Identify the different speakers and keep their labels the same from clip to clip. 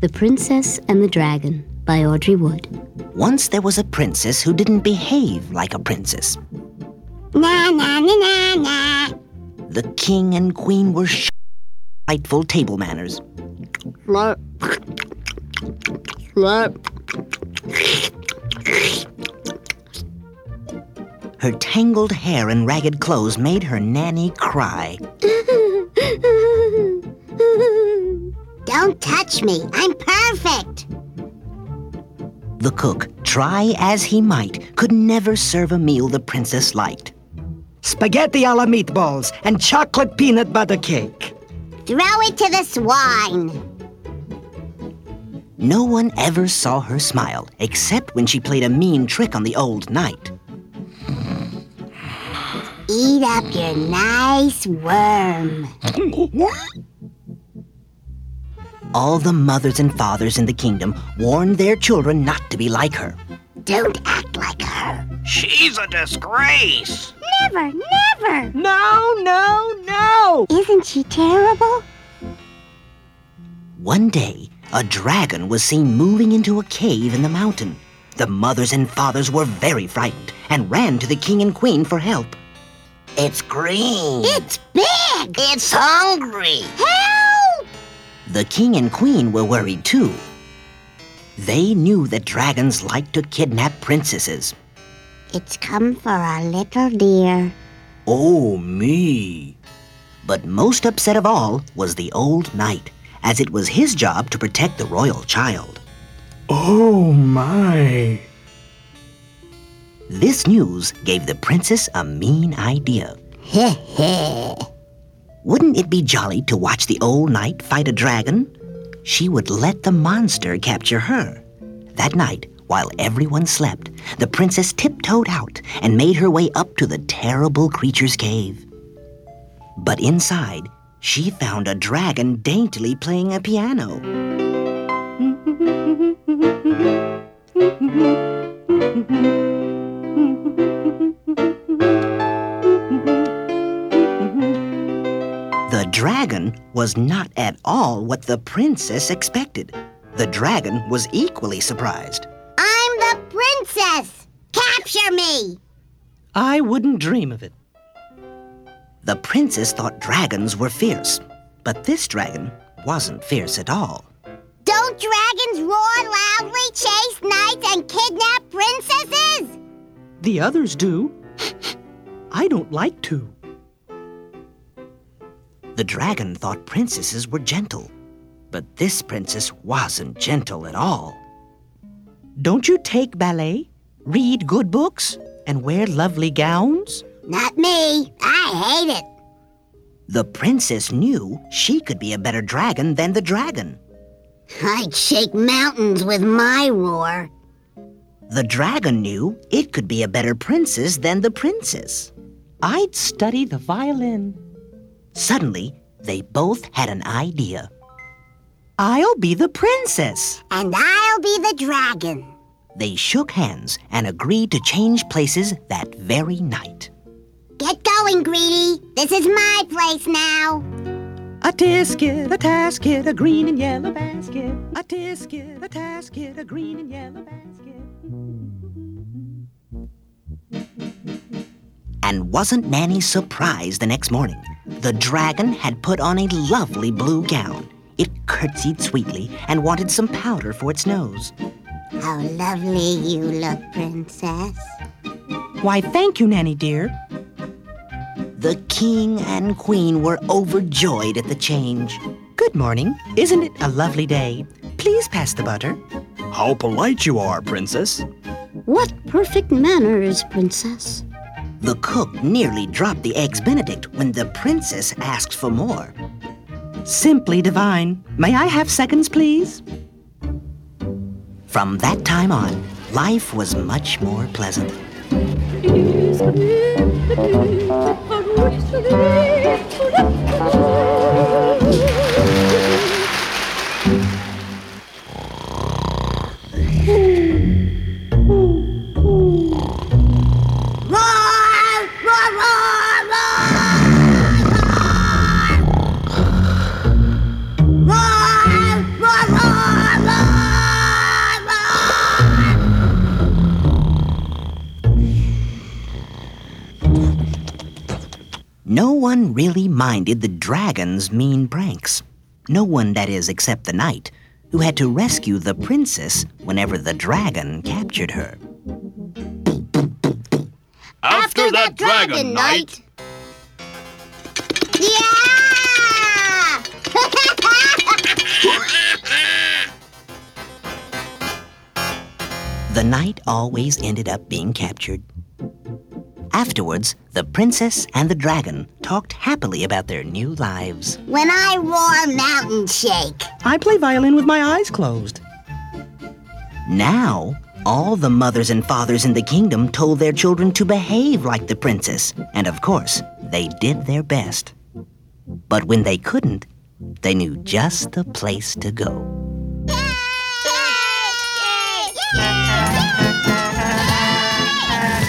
Speaker 1: The Princess and the Dragon by Audrey Wood.
Speaker 2: Once there was a princess who didn't behave like a princess.
Speaker 3: Na na na na na.
Speaker 2: The king and queen were sh- spiteful table manners.
Speaker 3: Slurp. Slurp.
Speaker 2: Her tangled hair and ragged clothes made her nanny cry.
Speaker 3: Don't touch me. I'm perfect.
Speaker 2: The cook, try as he might, could never serve a meal the princess liked.
Speaker 4: spaghetti alla meatballs, and chocolate peanut butter cake.
Speaker 3: Throw it to the swine.
Speaker 2: No one ever saw her smile, except when she played a mean trick on the old knight.
Speaker 3: Eat up your nice worm.
Speaker 2: All the mothers and fathers in the kingdom warned their children not to be like her.
Speaker 3: Don't act like her.
Speaker 5: She's a disgrace.
Speaker 3: Never, never.
Speaker 4: No, no, no!
Speaker 3: Isn't she terrible?
Speaker 2: One day, a dragon was seen moving into a cave in the mountain. The mothers and fathers were very frightened and ran to the king and queen for help. It's green.
Speaker 3: It's big.
Speaker 2: It's hungry.
Speaker 3: Help!
Speaker 2: The king and queen were worried too. They knew that dragons like to kidnap princesses.
Speaker 3: It's come for our little dear.
Speaker 2: Oh, me. But most upset of all was the old knight, as it was his job to protect the royal child.
Speaker 4: Oh my.
Speaker 2: This news gave the princess a mean idea. Wouldn't it be jolly to watch the old knight fight a dragon? She would let the monster capture her. That night, while everyone slept, the princess tiptoed out and made her way up to the terrible creature's cave. But inside, she found a dragon daintily playing a piano. The dragon was not at all what the princess expected. The dragon was equally surprised.
Speaker 3: I'm the princess. Capture me.
Speaker 2: I wouldn't dream of it. The princess thought dragons were fierce, but this dragon wasn't fierce at all.
Speaker 3: Don't dragons roar loudly, chase knights, and kidnap princesses?
Speaker 4: The others do. I don't like to.
Speaker 2: The dragon thought princesses were gentle, but this princess wasn't gentle at all. Don't you take ballet, read good books, and wear lovely gowns?
Speaker 3: Not me. I hate it.
Speaker 2: The princess knew she could be a better dragon than the dragon.
Speaker 3: I'd shake mountains with my roar.
Speaker 2: The dragon knew it could be a better princess than the princess. I'd study the violin. Suddenly, they both had an idea. I'll be the princess.
Speaker 3: And I'll be the dragon.
Speaker 2: They shook hands and agreed to change places that very night.
Speaker 3: Get going, Greedy. This is my place now.
Speaker 4: A tisket, a tasket, a green and yellow basket. A tisket, a tasket, a green and yellow basket.
Speaker 2: And wasn't Nanny surprised the next morning? The dragon had put on a lovely blue gown. It curtsied sweetly and wanted some powder for its nose.
Speaker 3: How lovely you look, princess.
Speaker 4: Why, thank you, Nanny dear.
Speaker 2: The king and queen were overjoyed at the change.
Speaker 4: Good morning. Isn't it a lovely day? Please pass the butter.
Speaker 6: How polite you are, Princess.
Speaker 1: What perfect manners, Princess.
Speaker 2: The cook nearly dropped the eggs Benedict when the princess asked for more.
Speaker 4: Simply divine. May I have seconds, please?
Speaker 2: From that time on, life was much more pleasant.
Speaker 3: Roar! Roar, roar, roar! Roar! Roar, roar, roar,
Speaker 2: No one really minded the dragon's mean pranks. No one, that is, except the knight, who had to rescue the princess whenever the dragon captured her.
Speaker 5: After, that dragon, knight.
Speaker 3: Yeah!
Speaker 2: The knight always ended up being captured. Afterwards, the princess and the dragon talked happily about their new lives.
Speaker 3: when I roar, mountain shake.
Speaker 4: I play violin with my eyes closed.
Speaker 2: Now, all the mothers and fathers in the kingdom told their children to behave like the princess, and of course, they did their best. But when they couldn't, they knew just the place to go.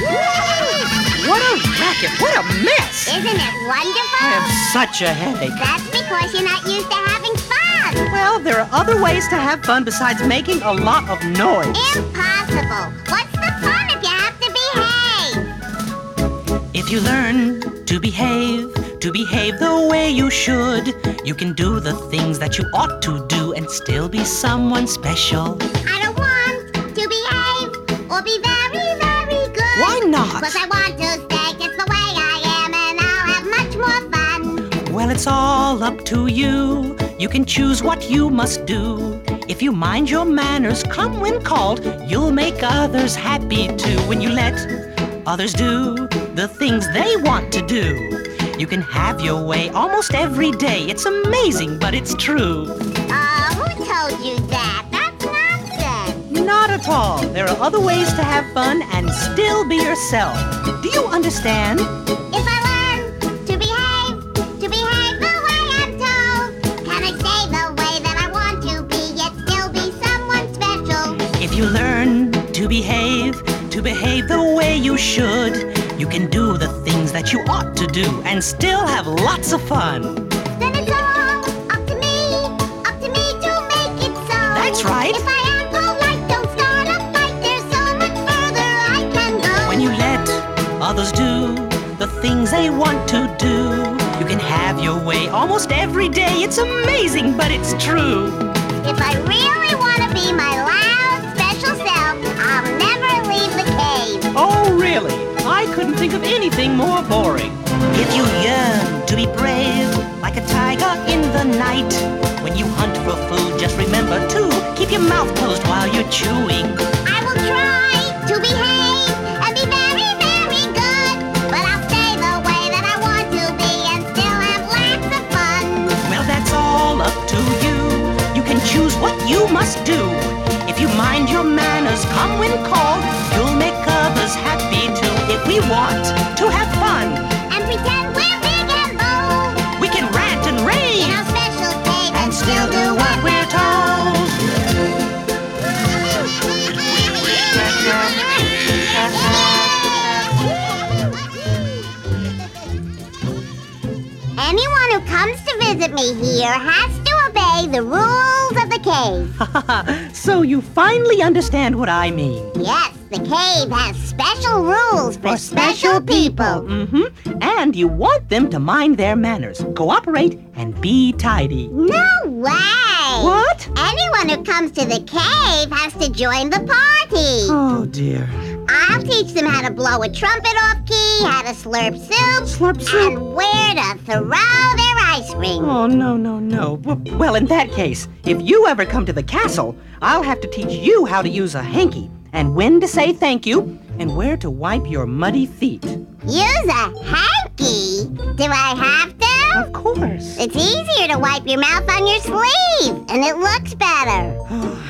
Speaker 4: What a racket! What a mess!
Speaker 3: Isn't it wonderful?
Speaker 4: Such a headache.
Speaker 3: That's because you're not used to having fun.
Speaker 4: Well, there are other ways to have fun besides making a lot of noise.
Speaker 3: Impossible. What's the fun if you have to behave?
Speaker 2: If you learn to behave, to behave the way you should, you can do the things that you ought to do and still be someone special.
Speaker 3: I don't want to behave or be very, very good.
Speaker 2: Why not?
Speaker 3: Because I want to stay just the way I am and I'll have much more fun.
Speaker 2: Well, it's all up to you. You can choose what you must do. If you mind your manners, come when called, you'll make others happy too. When you let others do the things they want to do, you can have your way almost every day. It's amazing, but it's true.
Speaker 3: Oh, who told you that? That's nonsense.
Speaker 4: Not at all. There are other ways to have fun and still be yourself. Do you understand?
Speaker 3: If I learn to behave, to behave the way I'm told, can I stay the way that I want to be yet still be someone special?
Speaker 2: If you learn to behave, to behave the way you should, you can do the things that you ought to do and still have lots of fun.
Speaker 3: Then it's all up to me, up to me to make it so.
Speaker 2: That's right.
Speaker 3: If I am polite, don't start a fight. There's so much further I can go.
Speaker 2: When you let others do the things they want to do, you can have your way almost every day. It's amazing, but it's true.
Speaker 3: If I really want to be my loud, special self, I'll never leave the cave.
Speaker 4: Oh, really? I couldn't think of anything more boring.
Speaker 2: If you yearn to be brave, like a tiger in the night, when you hunt for food, just remember to keep your mouth closed while you're chewing.
Speaker 3: I will try to behave and be very, very good. But I'll stay the way that I want to be and still have lots of fun.
Speaker 2: Well, that's all up to you. You can choose what you must do. If you mind your manners, come when called, you'll make others happy too. If we want to have fun,
Speaker 3: And pretend we're big and bold
Speaker 2: We can rant and
Speaker 3: in
Speaker 2: rave
Speaker 3: our special cave
Speaker 2: and still do what we're told.
Speaker 3: Anyone who comes to visit me here has to obey the rules of the cave.
Speaker 4: So you finally understand what I mean.
Speaker 3: Yes, the cave has special rules for special people.
Speaker 4: Mm-hmm. And you want them to mind their manners, cooperate, and be tidy.
Speaker 3: No way!
Speaker 4: What?
Speaker 3: Anyone who comes to the cave has to join the party.
Speaker 4: Oh dear.
Speaker 3: I'll teach them how to blow a trumpet off key, how to slurp soup,
Speaker 4: Slurp soup.
Speaker 3: and where to throw their ice cream.
Speaker 4: Oh no no no. W- Well, in that case, if you ever come to the castle, I'll have to teach you how to use a hanky and when to say thank you and where to wipe your muddy feet.
Speaker 3: Use a hanky? Do I have to?
Speaker 4: Of course.
Speaker 3: It's easier to wipe your mouth on your sleeve, and it looks better.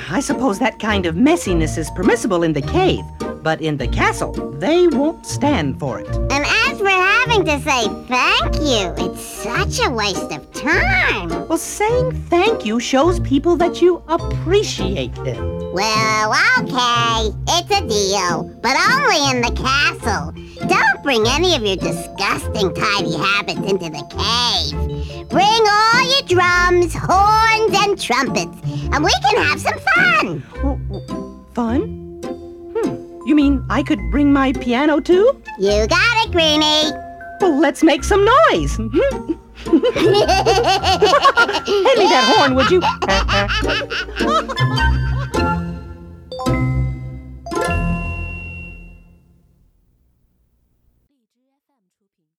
Speaker 4: I suppose that kind of messiness is permissible in the cave, but in the castle, they won't stand for it.
Speaker 3: And as for having to say thank you, it's such a waste of time.
Speaker 4: Well, saying thank you shows people that you appreciate them.
Speaker 3: Well, okay, it's a deal, but only in the castle. Don't bring any of your disgusting tidy habits into the cave. Bring all your drums, horns, and trumpets, and we can have some fun.
Speaker 4: W- w- Fun? Hmm. You mean I could bring my piano too?
Speaker 3: You got it, Greenie.
Speaker 2: Well, let's make some noise.
Speaker 4: Hmm.
Speaker 2: Mhm. Hand me that horn, would you?
Speaker 7: Bye.